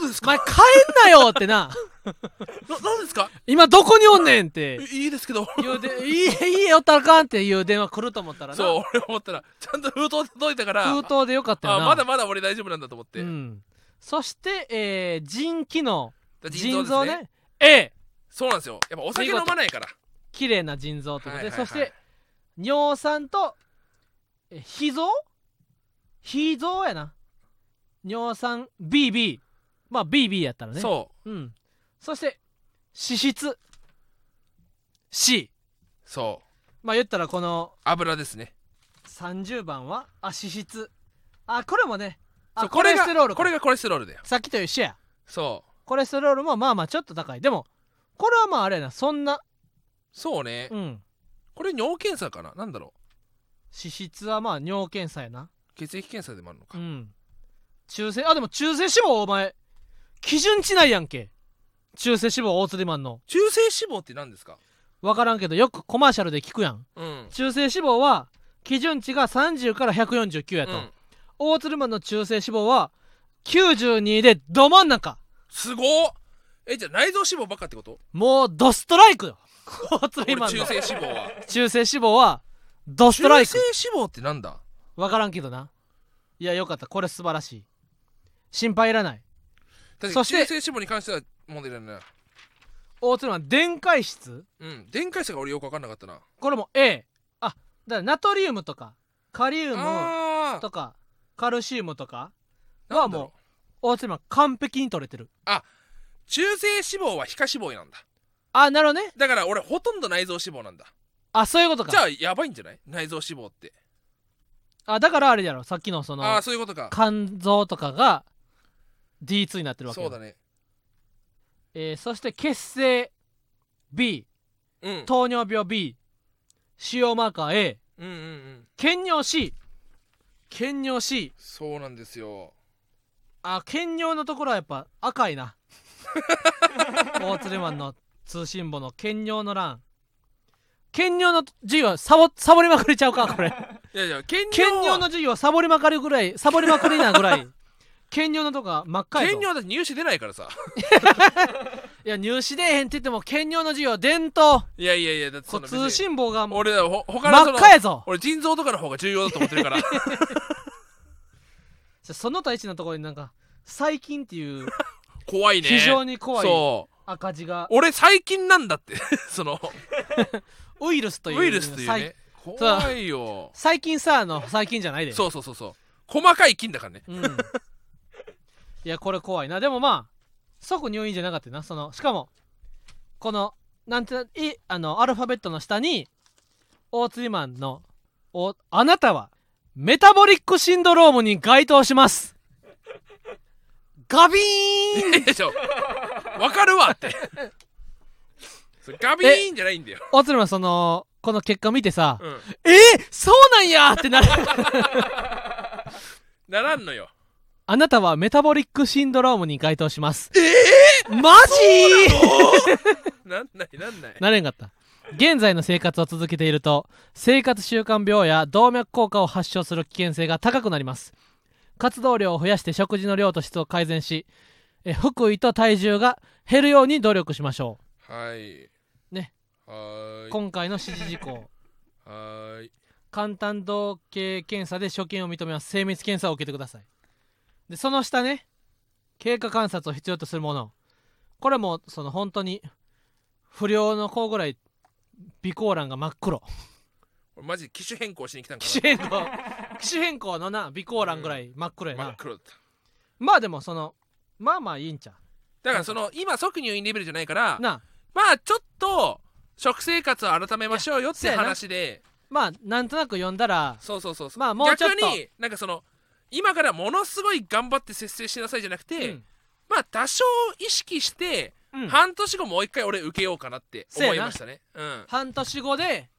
S2: とです
S1: お
S2: か
S1: 前帰んなよってな
S2: ななんですか
S1: 今どこにおんねんって
S2: えいいですけど
S1: 言うでいいいいよったらあかんっていう電話来ると思ったらな
S2: そう俺思ったらちゃんと封筒届いたから
S1: 封筒でよかったよ
S2: あ
S1: な
S2: まだまだ俺大丈夫なんだと思って、
S1: うん、そして、えー腎機能
S2: だ
S1: 腎臓
S2: 腎臓
S1: ね
S2: ね
S1: A
S2: そうなんですよやっぱお酒飲まないから
S1: 綺麗な腎臓ということで、
S2: はいはいはい
S1: そして尿酸とえ脾臓脾臓やな尿酸 BB まあ BB やったらね、
S2: そう
S1: ん、そして脂質 C
S2: うそう
S1: まあ言ったらこの
S2: 油ですね
S1: 30番はあ脂質あこれもね
S2: そ
S1: あ
S2: うこれ
S1: コレステロー
S2: が
S1: ル
S2: これがコレステロールだよ
S1: さっきと一緒や
S2: そう
S1: コレステロールもまあまあちょっと高いでもこれはまああれやなそんな
S2: そうね、
S1: うん脂
S2: これ尿検査かななんだろ
S1: 質はまあ尿検査やな
S2: う血液検査でもあるのか、
S1: うん中性あでも中性脂肪お前基準値ないやんけ中性脂肪大鶴マンの
S2: 中性脂肪って何ですか
S1: 分からんけどよくコマーシャルで聞くやん
S2: うん
S1: 中性脂肪は基準値が30から149やと、
S2: うん
S1: 大鶴マンの中性脂肪は92でど真ん中
S2: すごっえじゃあ内臓脂肪ばっかってこと
S1: もうドストライクよ大鶴
S2: [laughs] 俺
S1: マン
S2: 中
S1: の
S2: 性脂肪は
S1: 中性脂肪はドストラ
S2: 中
S1: イク
S2: 性脂肪ってなんだ
S1: 分からんけどないやよかったこれ素晴らしい心配いらない
S2: 確か
S1: そ
S2: に
S1: し
S2: 中
S1: て
S2: 性脂肪に関しては問題ないな
S1: 大鶴マン電解質
S2: うん電解質が俺よく分かんなかったな
S1: これも A あだからナトリウムとかカリウム
S2: あー
S1: とかカルシウムとか
S2: な
S1: は
S2: んだろう
S1: もう大鶴マン完璧に取れてる
S2: 中性脂肪は皮下脂肪なんだ
S1: あなるほどね
S2: だから俺ほとんど内臓脂肪なんだ
S1: あそういうことか
S2: じゃあやばいんじゃない内臓脂肪って
S1: あだからあれだろさっきのそ
S2: ああ
S1: の
S2: ーそういうことか
S1: 肝臓とかが D2 になってるわけよ
S2: そうだね
S1: えーそして血清 B
S2: うん
S1: 糖尿病 B 腫瘍マーカー A
S2: うんうんうん
S1: 検尿 C 検尿 C
S2: そうなんですよ
S1: あ検尿のところはやっぱ赤い
S2: [laughs]
S1: な大鶴マンの通信簿の検尿の欄検尿の授業はサボサボりまくりちゃうか
S2: [laughs]
S1: これ
S2: いやいや検
S1: 検尿
S2: 尿
S1: の
S2: は
S1: 授業はサボりまくりぐらいサボりまくりなぐら
S2: [laughs]
S1: い検尿のとこは真っ赤やぞ
S2: 検尿だって入試出ないからさ
S1: いや入試でへんって言っても兼業の授業伝統
S2: [laughs] いやいやいやだってそ
S1: こ
S2: ん
S1: う
S2: な
S1: 通
S2: 別に
S1: 信簿が真っ
S2: 俺らほ他のその
S1: 赤やぞ
S2: 俺腎臓とかの方が重要だと思ってるから [laughs]
S1: その他一のところになんか細菌っていう
S2: 怖いね
S1: 非常に怖い
S2: そう
S1: 赤字が
S2: 俺細菌なんだって [laughs] その
S1: ウイルスという
S2: ウイルスというね
S1: 細
S2: 怖いよ
S1: 細菌さあの細菌じゃないで
S2: そうそうそうそう細かい菌だからね [laughs]
S1: う、ん、いやこれ怖いなでもまあ即入院じゃなかったよなそのしかもこのなんていあのアルファベットの下に大釣りマンのお「あなたはメタボリックシンドロームに該当します」ガビーン
S2: いやちょわかるわって [laughs] それガビーンじゃないんだよ、
S1: 大鶴マンそのこの結果見てさ
S2: うん、
S1: 「えーそうなんや!」ってなる
S2: ならんのよ
S1: あなたはメタボリックシンドロームに該当します
S2: え
S1: マジ
S2: ー、なんないなんない
S1: なれんかった現在の生活を続けていると生活習慣病や動脈硬化を発症する危険性が高くなります活動量を増やして食事の量と質を改善しえ腹囲と体重が減るように努力しましょ
S2: はい
S1: ね
S2: は
S1: う
S2: ーい
S1: 今回の指示事項
S2: はーい
S1: 簡単同型検査で所見を認めます精密検査を受けてくださいでその下ね経過観察を必要とするものこれもその本当に不良の子ぐらい備考欄が真っ黒
S2: 俺マジ機種変更しに来たんか
S1: 機種変
S2: [laughs]
S1: 更機種変更のな備考欄ぐらい真っ黒
S2: な
S1: や
S2: 真っ
S1: な、
S2: 黒だった
S1: まあでもそのまあまあいいんちゃ
S2: だからその今即入院レベルじゃないから
S1: うなあ
S2: まあちょっと食生活を改めましょうよって
S1: いや
S2: 話で
S1: まあなんとなく読んだら
S2: そうそうそうそう
S1: まあもうちょっと
S2: 逆になんかその今からものすごい頑張って節制しなさいじゃなくて、
S1: うん
S2: まあ多少意識して、
S1: うん
S2: 半年後もう一回俺受けようかなって
S1: そうやな
S2: 思いましたねうん
S1: 半年後で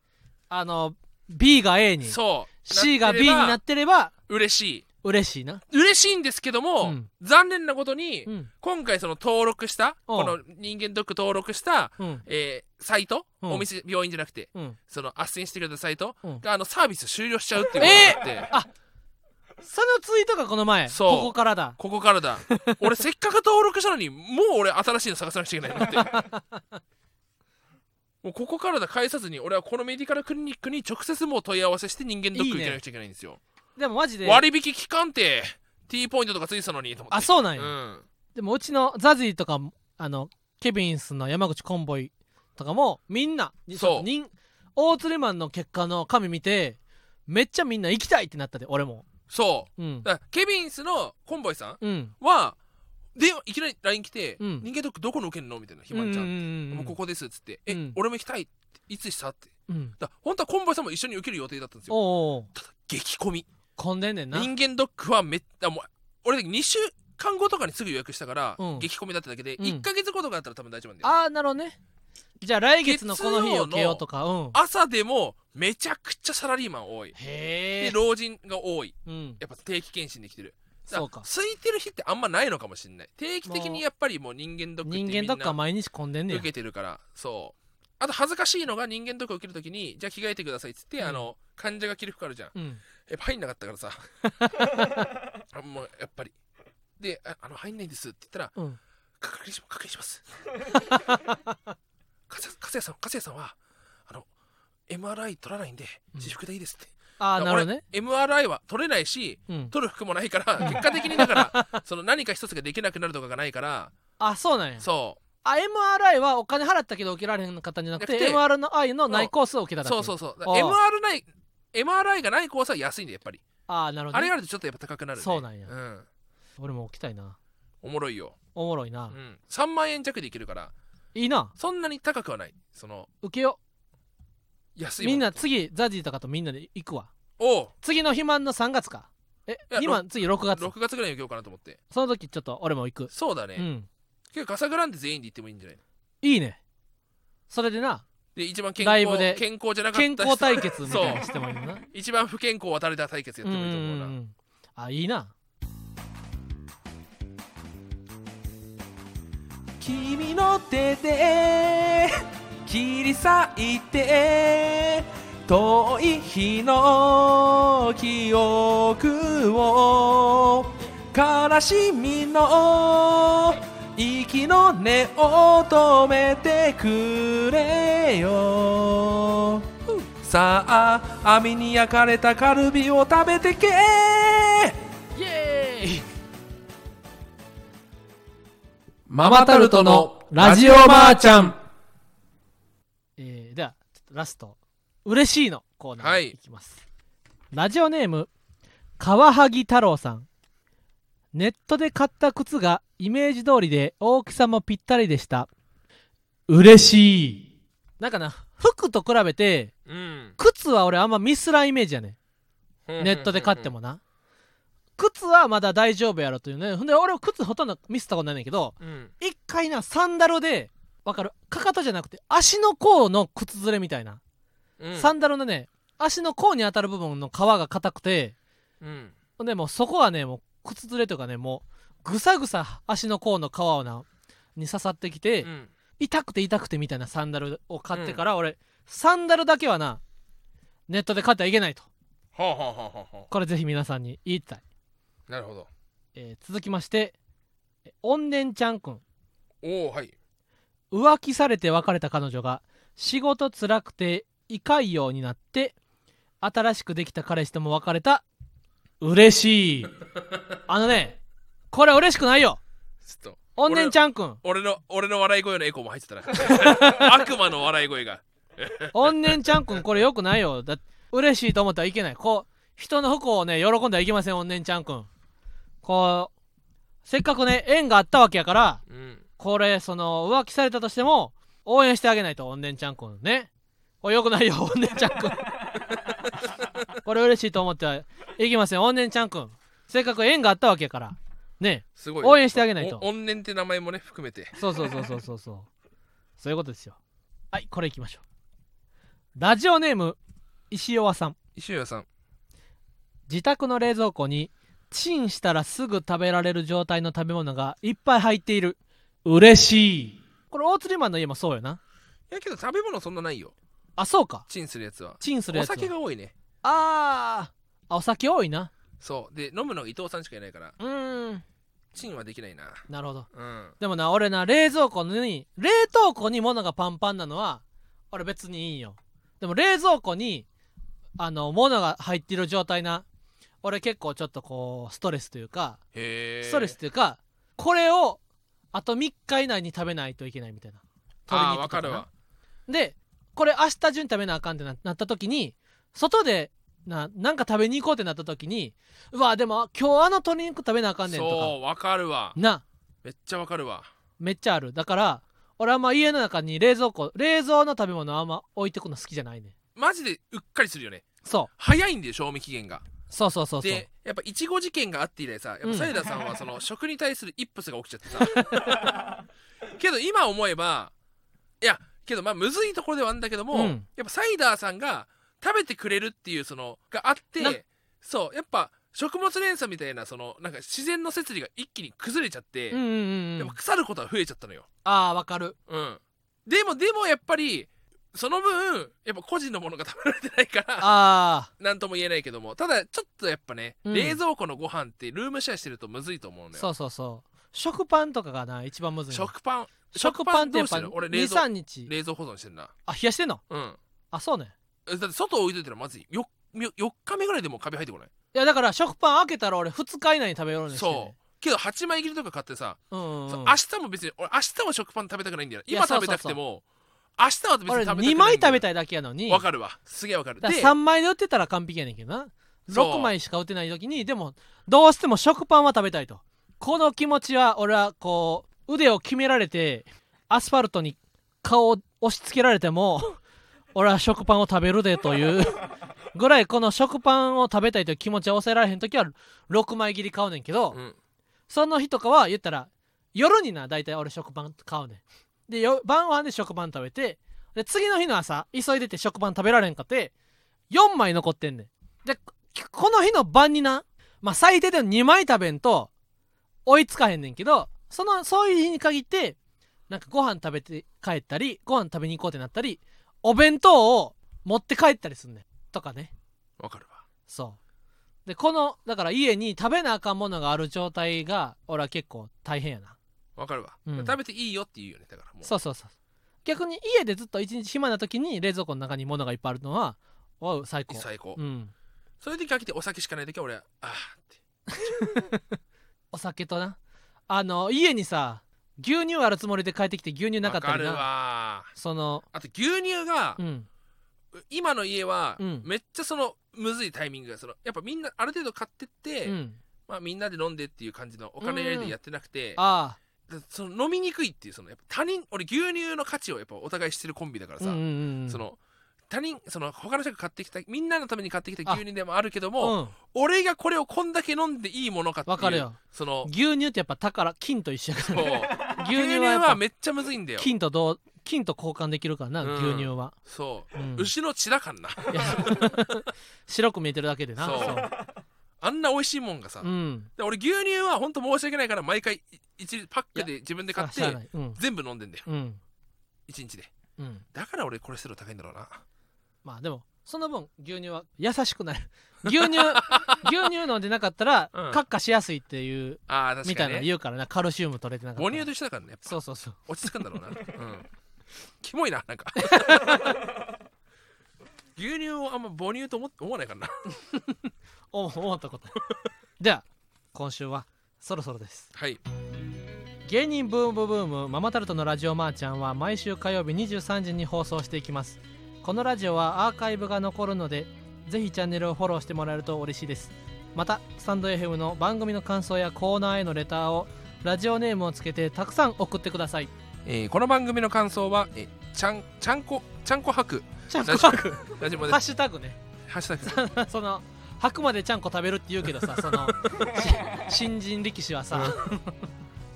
S1: あの B が A に
S2: そう
S1: C が B に
S2: てれ
S1: な
S2: ば
S1: ってれば
S2: 嬉しい
S1: 嬉しいな
S2: 嬉しいんですけども、
S1: うん
S2: 残念なことに、
S1: うん
S2: 今回その登録した
S1: お
S2: こ
S1: う
S2: の人間ドック登録した、
S1: うん
S2: えーサイト、
S1: うん
S2: お店病院じゃなくて
S1: うん
S2: その斡旋してくれたサイト
S1: うん
S2: が、あのサービス終了しちゃうっていうことになって、
S1: そのツイートがこの前
S2: そう
S1: ここからだ
S2: ここから
S1: [laughs]
S2: だ俺せっかく登録したのにもう俺新しいの探さなくちゃいけないのって
S1: [laughs]
S2: もうここからだ返さずに俺はこのメディカルクリニックに直接もう問い合わせして人間ドック
S1: いい
S2: 行
S1: ね
S2: けなくちゃいけないんですよ
S1: でもマジで
S2: 割引期間って T ポイントとかついてたのにと思って
S1: あそうなん
S2: う
S1: や、
S2: ん
S1: でもうちのザジーとかもあのケビンスの山口コンボイとかもみんな
S2: う
S1: そう人大鶴マンの結果の紙見てめっちゃみんな行きたいってなったで俺も
S2: そう
S1: うん
S2: だからケビンスのコンボイさん
S1: うん
S2: はでいきなり LINE 来て「
S1: うん
S2: 人間ドックどこの受けるの?」みたいなひ
S1: うんう
S2: ま
S1: ん
S2: り
S1: う
S2: ちゃん、
S1: ん
S2: もうここですっつって「
S1: うん
S2: え俺も行きたい」っていつしたって
S1: うん
S2: だから本当はコンボイさんも一緒に受ける予定だったんですよ
S1: おうおう
S2: 激混み
S1: 混んでんねんな
S2: 人間ドックはめっあもう俺2週間後とかにすぐ予約したから、
S1: うん
S2: 激混みだっただけで、
S1: うん
S2: 1か月後とかだったら多分大丈夫なんだよ
S1: ああなるほどねじゃあ来月のこの日を受けようとかうん
S2: 朝でもめちゃくちゃサラリーマン多い
S1: へ
S2: で
S1: え
S2: 老人が多い
S1: うん
S2: やっぱ定期検診できてるだ
S1: そうか
S2: 空いてる日ってあんまないのかもしれない定期的
S1: もう
S2: にやっぱりもう人間ドックってみ
S1: 人
S2: んな
S1: 間ドックは毎日混んでんね
S2: 受
S1: ん
S2: けてるからそうあと恥ずかしいのが人間ドック受けるときにじゃあ着替えてくださいっつって、
S1: うん
S2: あの患者が着る服あるじゃん
S1: うん
S2: やっぱ入んなかったか
S1: [laughs]
S2: らさあもうやっぱりでああの入んないんですって言ったら
S1: うん
S2: 確認し確認します
S1: [laughs]
S2: かせかせやさんかせやさんはあの MRI 取らないんで
S1: うん
S2: 私服でいいですって、
S1: ああ
S2: だか
S1: なる
S2: ら俺
S1: ほどね
S2: MRI は取れないし
S1: うん
S2: 取る服もない
S1: [laughs]
S2: から結果的にだからその何か一つができなくなるとかがないから
S1: あそうなんや
S2: そ
S1: あ MRI はお金払ったけど受けられへんかったんじゃなくて
S2: じゃ
S1: MRI の内コースを受けた
S2: う
S1: だけ
S2: そうそうそうだ
S1: ああ
S2: MR ない MRI がないコースは安いんでやっぱり
S1: ああなるほ
S2: あ
S1: ど
S2: れ
S1: ね
S2: があるとちょっとやっぱ高くなるね
S1: そうなんや
S2: うん
S1: 俺も起きたいな
S2: おもろいよ、、
S1: おもろいうなん
S2: 3万円弱でいけるから
S1: いいな
S2: そんなに高くはないその
S1: 受けよ
S2: 安
S1: う
S2: いも
S1: みんな次ザジーとかとみんなで行くわ
S2: おう
S1: 次の肥満の3月かえ
S2: いや
S1: 今次6月
S2: 6月ぐらいに受けようかなと思って
S1: その時ちょっと俺も行く
S2: そうだ
S1: う
S2: ね、
S1: ん
S2: 結構ガサグランデ全員で行ってもいいんじゃない
S1: いいねそれでな
S2: で一番健
S1: ライブで
S2: 康健康じゃなかった
S1: 健
S2: 人
S1: 康対決みたいなのしてもいいの
S2: [laughs]
S1: な
S2: 一番不健康は誰だ対決や
S1: う
S2: っ
S1: ん
S2: て
S1: う
S2: もいいと思うん
S1: う
S2: な、
S1: んあいいな
S3: 君の手で切り裂いて遠い日の記憶を悲しみの息の根を止めてくれよさあ網に焼かれたカルビを食べてけ
S1: イエーイ
S3: マ
S1: マタルトのラジオばあち
S3: ゃん
S1: えー、ではちょっとラスト嬉しいのコーナ
S2: は
S1: ー
S2: い
S1: にいきます、ラジオネームカワハギ太郎さんネットで買った靴がイメージ通りで大きさもぴったりでした嬉しいなんかな服と比べて
S2: うん
S1: 靴は俺あんまミスらんイメージやねんネットで買ってもな靴はまだ大丈夫やろというねほんで俺は靴ほとんどミスったことないねんだけど
S2: うん
S1: 一回なサンダルでわかるかかとじゃなくて足の甲の靴ずれみたいな
S2: うん
S1: サンダルのね足の甲に当たる部分の皮が硬くて
S2: うん
S1: ほんでもうそこはねもう靴ずれというかねもうぐさぐさ足の甲の皮をなに刺さってきて、
S2: うん
S1: 痛くて痛くてみたいなサンダルを買ってから、俺サンダルだけはなネットで買ってはいけないと
S2: はあはあはあはあは
S1: これぜひ皆さんに言いたい、
S2: あなるほど
S1: えー続きましてえ怨念ちゃんくん
S2: おおはい
S1: 浮気されて別れた彼女が仕事辛くて胃潰瘍になって新しくできた彼氏とも別れた嬉しいあのねこれ嬉しくないよ
S2: ちょっと
S1: おんねんちゃんくん
S2: 俺の俺の笑い声のエコーも入ってたな [laughs] 悪魔の笑い声が
S1: おんねんちゃんくんこれよくないよだ嬉しいと思ったらいけないこう人の不幸をね喜んではいけませんおんねんちゃんくんこうせっかくね縁があったわけやから
S2: うん
S1: これその浮気されたとしても応援してあげないとおんねんちゃんくんねこれよくないよ [laughs] おんねんちゃんくんこれ嬉しいと思ってはいきませんおんねんちゃんくんせっかく縁があったわけやからね
S2: すごい
S1: 応援してあげないと
S2: お怨念って名前もね含めて
S1: そうそうそうそうそうそうそういうことですよはいこれいきましょうラジオネーム石尾さん
S2: 石浦さん
S1: 自宅の冷蔵庫にチンしたらすぐ食べられる状態の食べ物がいっぱい入っている
S3: 嬉しい
S1: これ大釣りマンの家もそうよない
S2: やけど食べ物そんなないよ
S1: あそうか
S2: チンするやつは
S1: チンする
S2: お
S1: やつは
S2: 酒が多いね
S1: あーあお酒多いな
S2: そうで飲むのが伊藤さんしかいないから
S1: うーん
S2: チンはできないな
S1: なるほど
S2: うん
S1: でもな俺な冷蔵庫に冷凍庫に物がパンパンなのは俺別にいいんよでも冷蔵庫にあの物が入ってる状態な俺結構ちょっとこうストレスというか
S2: へえ
S1: ストレスというかこれをあと3日以内に食べないといけないみたいな
S2: ああ
S1: 鶏
S2: わ
S1: 肉と
S2: か
S1: か
S2: る
S1: な
S2: わ
S1: でこれ明日順に食べなあかんってななった時に外でななんか食べに行こうってなった時にうわでも今日あの鶏肉食べなあかんねんと
S2: そうわかるわ
S1: かな
S2: めっちゃわかるわ
S1: めっちゃあるだから俺はあんま家の中に冷蔵庫冷蔵の食べ物あんま置いてくの好きじゃないねん
S2: マジでうっかりするよね
S1: そ
S2: 早いんだよ賞味期限が
S1: うそうそうそうそう
S2: でやっぱいちご事件があって以来さやっぱサイダさんはその食に対するイップスが起きちゃってさ
S1: [laughs]
S2: [laughs] けど今思えばいやけどまあむずいところではあるんだけども、
S1: うん
S2: やっぱサイダーさんが食べてくれるっていうそのがあっ
S1: な
S2: てそうやっぱ食物連鎖みたいなそのなんか自然の摂理が一気に崩れちゃって、
S1: うんうんう
S2: やっ
S1: ん
S2: ぱ腐ることは増えちゃったのよ
S1: ああわかる
S2: うんでもでもやっぱりその分やっぱ個人のものが食べられてないから
S1: あ
S2: なんとも言えないけどもただちょっとやっぱね、
S1: うん
S2: 冷蔵庫のご飯ってルームシェアしてるとむずいと思う
S1: あ
S2: のよ
S1: そうそうそう食パンとかがな一番むずいの
S2: 食パン
S1: 食パンってやっぱ
S2: どうしてる俺冷
S1: 23
S2: 蔵
S1: 日
S2: 冷蔵保存してるな
S1: あ冷やしてんの
S2: うん
S1: あそうね
S2: えだって外置いといたらまずい 4, 4日目ぐらいでもうカビ入ってこない、
S1: いやだから食パン開けたら俺2日以内に食べようにしてん
S2: そ
S1: ね
S2: うけど8枚切りとか買ってさ、
S1: んうんうん
S2: そううん明日も別に俺明日も食パン食べたくないんだよ
S1: いや
S2: 今食べたくても明日は別に食
S1: 俺
S2: べたくない
S1: 2枚食べ
S2: い
S1: たいだけやのに
S2: わかるわすげえわかる
S1: だ
S2: で
S1: 3枚で売ってたら完璧やねんけどな
S2: そう
S1: 6枚しか売ってない時にでもどうしても食パンは食べたいとこの気持ちは俺はこう腕を決められてアスファルトに顔を押し付けられても [laughs] 俺は食パンを食べるでというぐらいこの食パンを食べたいという気持ちは抑えられへん時は6枚切り買うねんけど、
S2: うん
S1: その日とかは言ったら夜にな大体俺食パン買うねんでよ晩ご飯で食パン食べてで次の日の朝急いでて食パン食べられんかって4枚残ってんねんできこの日の晩にな、まあ、最低でも2枚食べんと追いつかへんねんけどそのそういう日に限ってなんかご飯食べて帰ったりご飯食べに行こうってなったりお弁当を持って帰ったりすんねんとかね
S2: わかるわ
S1: そうでこのだから家に食べなあかんものがある状態が俺は結構大変やな
S2: わかるわ、
S1: うん
S2: 食べていいよって言うよねだからもう
S1: そうそうそう逆に家でずっと一日暇な時に冷蔵庫の中に物がいっぱいあるのはおう最高
S2: 最高、
S1: うん
S2: そういう時が来てお酒しかない時は俺はあーって
S1: お酒となあの家にさ牛乳あるつもりで帰ってきて牛乳なかったり
S2: わかる
S1: な
S2: わ
S1: その
S2: あと牛乳が、
S1: うん
S2: 今の家は、
S1: うん
S2: めっちゃそのむずいタイミングがそのやっぱみんなある程度買ってって、
S1: うん
S2: まあ、みんなで飲んでっていう感じのお金やりでやってなくて、
S1: あ
S2: だその飲みにくいっていうそのやっぱ他人俺牛乳の価値をやっぱお互いしてるコンビだから
S1: あうん
S2: さ、
S1: うんうん
S2: その他人その他の人が買ってきたみんなのために買ってきた牛乳でもあるけども、
S1: うん
S2: 俺がこれをこんだけ飲んでいいものかっていう
S1: わかるよ
S2: そ
S1: [laughs]
S2: の
S1: 牛乳ってやっぱ宝金と一緒やか
S2: そう
S1: ら牛
S2: [laughs] 牛
S1: 乳
S2: 乳
S1: はやっぱ
S2: はめっちゃむずいんだよ
S1: 金と同金と交換できるからな、
S2: うん
S1: 牛乳は、
S2: そう、
S1: うん
S2: 牛の血だからない
S1: や [laughs] 白く見えてるだけでな
S2: そうあんな美味しいもんがさ、
S1: うん
S2: で俺牛乳は本当申し訳ないから毎回い一パックで自分で買っ
S1: あしゃあな
S2: て
S1: いうん
S2: 全部飲んでんだよ
S1: うん
S2: 一日で
S1: うん
S2: だから俺コレステロール高いんだろうな
S1: まあでもその分牛乳は優しくなる [laughs] 牛乳牛乳飲んでなかったら
S2: うん
S1: カッカしやすいっていう
S2: あー確
S1: み
S2: か
S1: たい
S2: に
S1: なの
S2: ね
S1: 言うからなカルシウム取れてなかったら
S2: 母乳と一緒だからねやっぱ
S1: そうそうそう
S2: 落ち着くんだ
S1: [laughs]
S2: ろうな、うん、キモいななんか牛乳をあんま母乳と思思わないからな
S1: お [laughs] 思ったことでは今週はそろそろです
S2: はい
S1: 芸人ブームブームママタルトのラジオマーちゃんは毎週火曜日23時に放送していきますこのラジオはアーカイブが残るのでぜひチャンネルをフォローしてもらえると嬉しいですまたスタンド FM の番組の感想やコーナーへのレターをラジオネームをつけてたくさん送ってください
S2: えーこの番組の感想は、えーちゃんちゃんこちゃんこ博
S1: ちゃんこハク
S2: ラジオまで
S1: ハッシュタグね [laughs]
S2: ハッシュタグ
S1: その吐くまでちゃんこ食べるって言うけどさそのし新人力士はさ、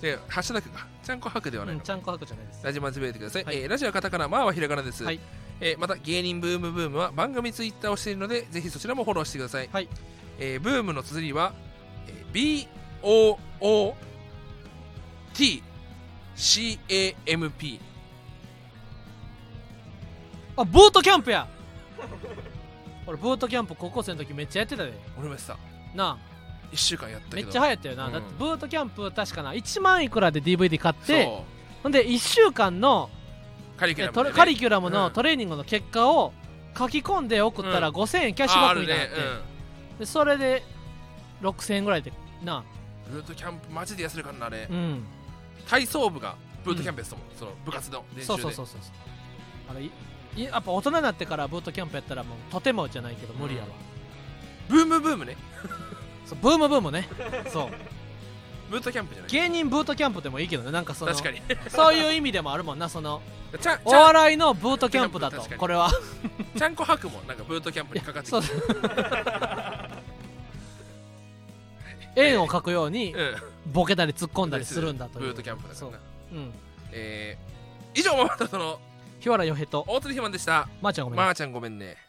S2: でハッシュタグあちゃんこ博では
S1: う
S2: ない
S1: ん、
S2: の、
S1: ちゃんこハクじゃないです
S2: ラジマつぶやいてください、
S1: はい
S2: えーラジオはカタカナマーはひらがなです、
S1: はい
S2: えーまた芸人ブームブームは番組ツイッターをしているのでぜひそちらもフォローしてください、
S1: はい
S2: えーブームの綴りは、えー BOOTCAMP
S1: あボートキャンプや俺ボートキャンプ高校生の時めっちゃやってたで
S2: 俺もやってた
S1: な
S2: 1週間やった
S1: あ
S2: け
S1: めっ
S2: ど
S1: ちゃ流行ったよな、
S2: うん
S1: だってブートキャンプ確かな1万いくらで DVD 買っ
S2: そう
S1: てほんで1週間の
S2: カリキュ
S1: え
S2: ラム
S1: トレ
S2: でね、
S1: カリキュラム
S2: う
S1: の
S2: ん
S1: トレーニングの結果を書き込んで送ったら
S2: う
S1: 5000円キャッシュ
S2: あ
S1: バッ
S2: あ
S1: ク
S2: る
S1: みたいにな
S2: ね
S1: って、でそれで6000円ぐらいでな
S2: うんブートキャンプマジで痩せるからなあれ、
S1: あうん
S2: 体操部がブートキャンプやってたもん、その部活の練習で
S1: そうそうそうそうあれいいやっぱ大人になってからブートキャンプやったらもうとてもじゃないけど無理やわ、
S2: ブームブームね
S1: そうブームブームねそう
S2: ブートキャンプじゃない
S1: 芸人ブートキャンプでもいいけどねなんかその
S2: 確かに
S1: そういう意味でもあるもんなその
S2: [laughs] ちゃん
S1: お
S2: ちゃん
S1: 笑いのブートキャンプだと
S2: 確かに
S1: これ
S2: [laughs]
S1: は
S2: ちゃんこ博もなんかブートキャンプにかかってき
S1: そ
S2: て
S1: う円を描くように
S2: うん
S1: ボケたり突っ込んだりするんだとい
S2: ブ
S1: う
S2: ートキャンプだか
S1: そう
S2: らな、
S1: うん、
S2: えー、以上ママタルトの
S1: 日原よへと
S2: 大鳥ひまんでした
S1: まーちゃんごめんね
S2: まーちゃんごめんね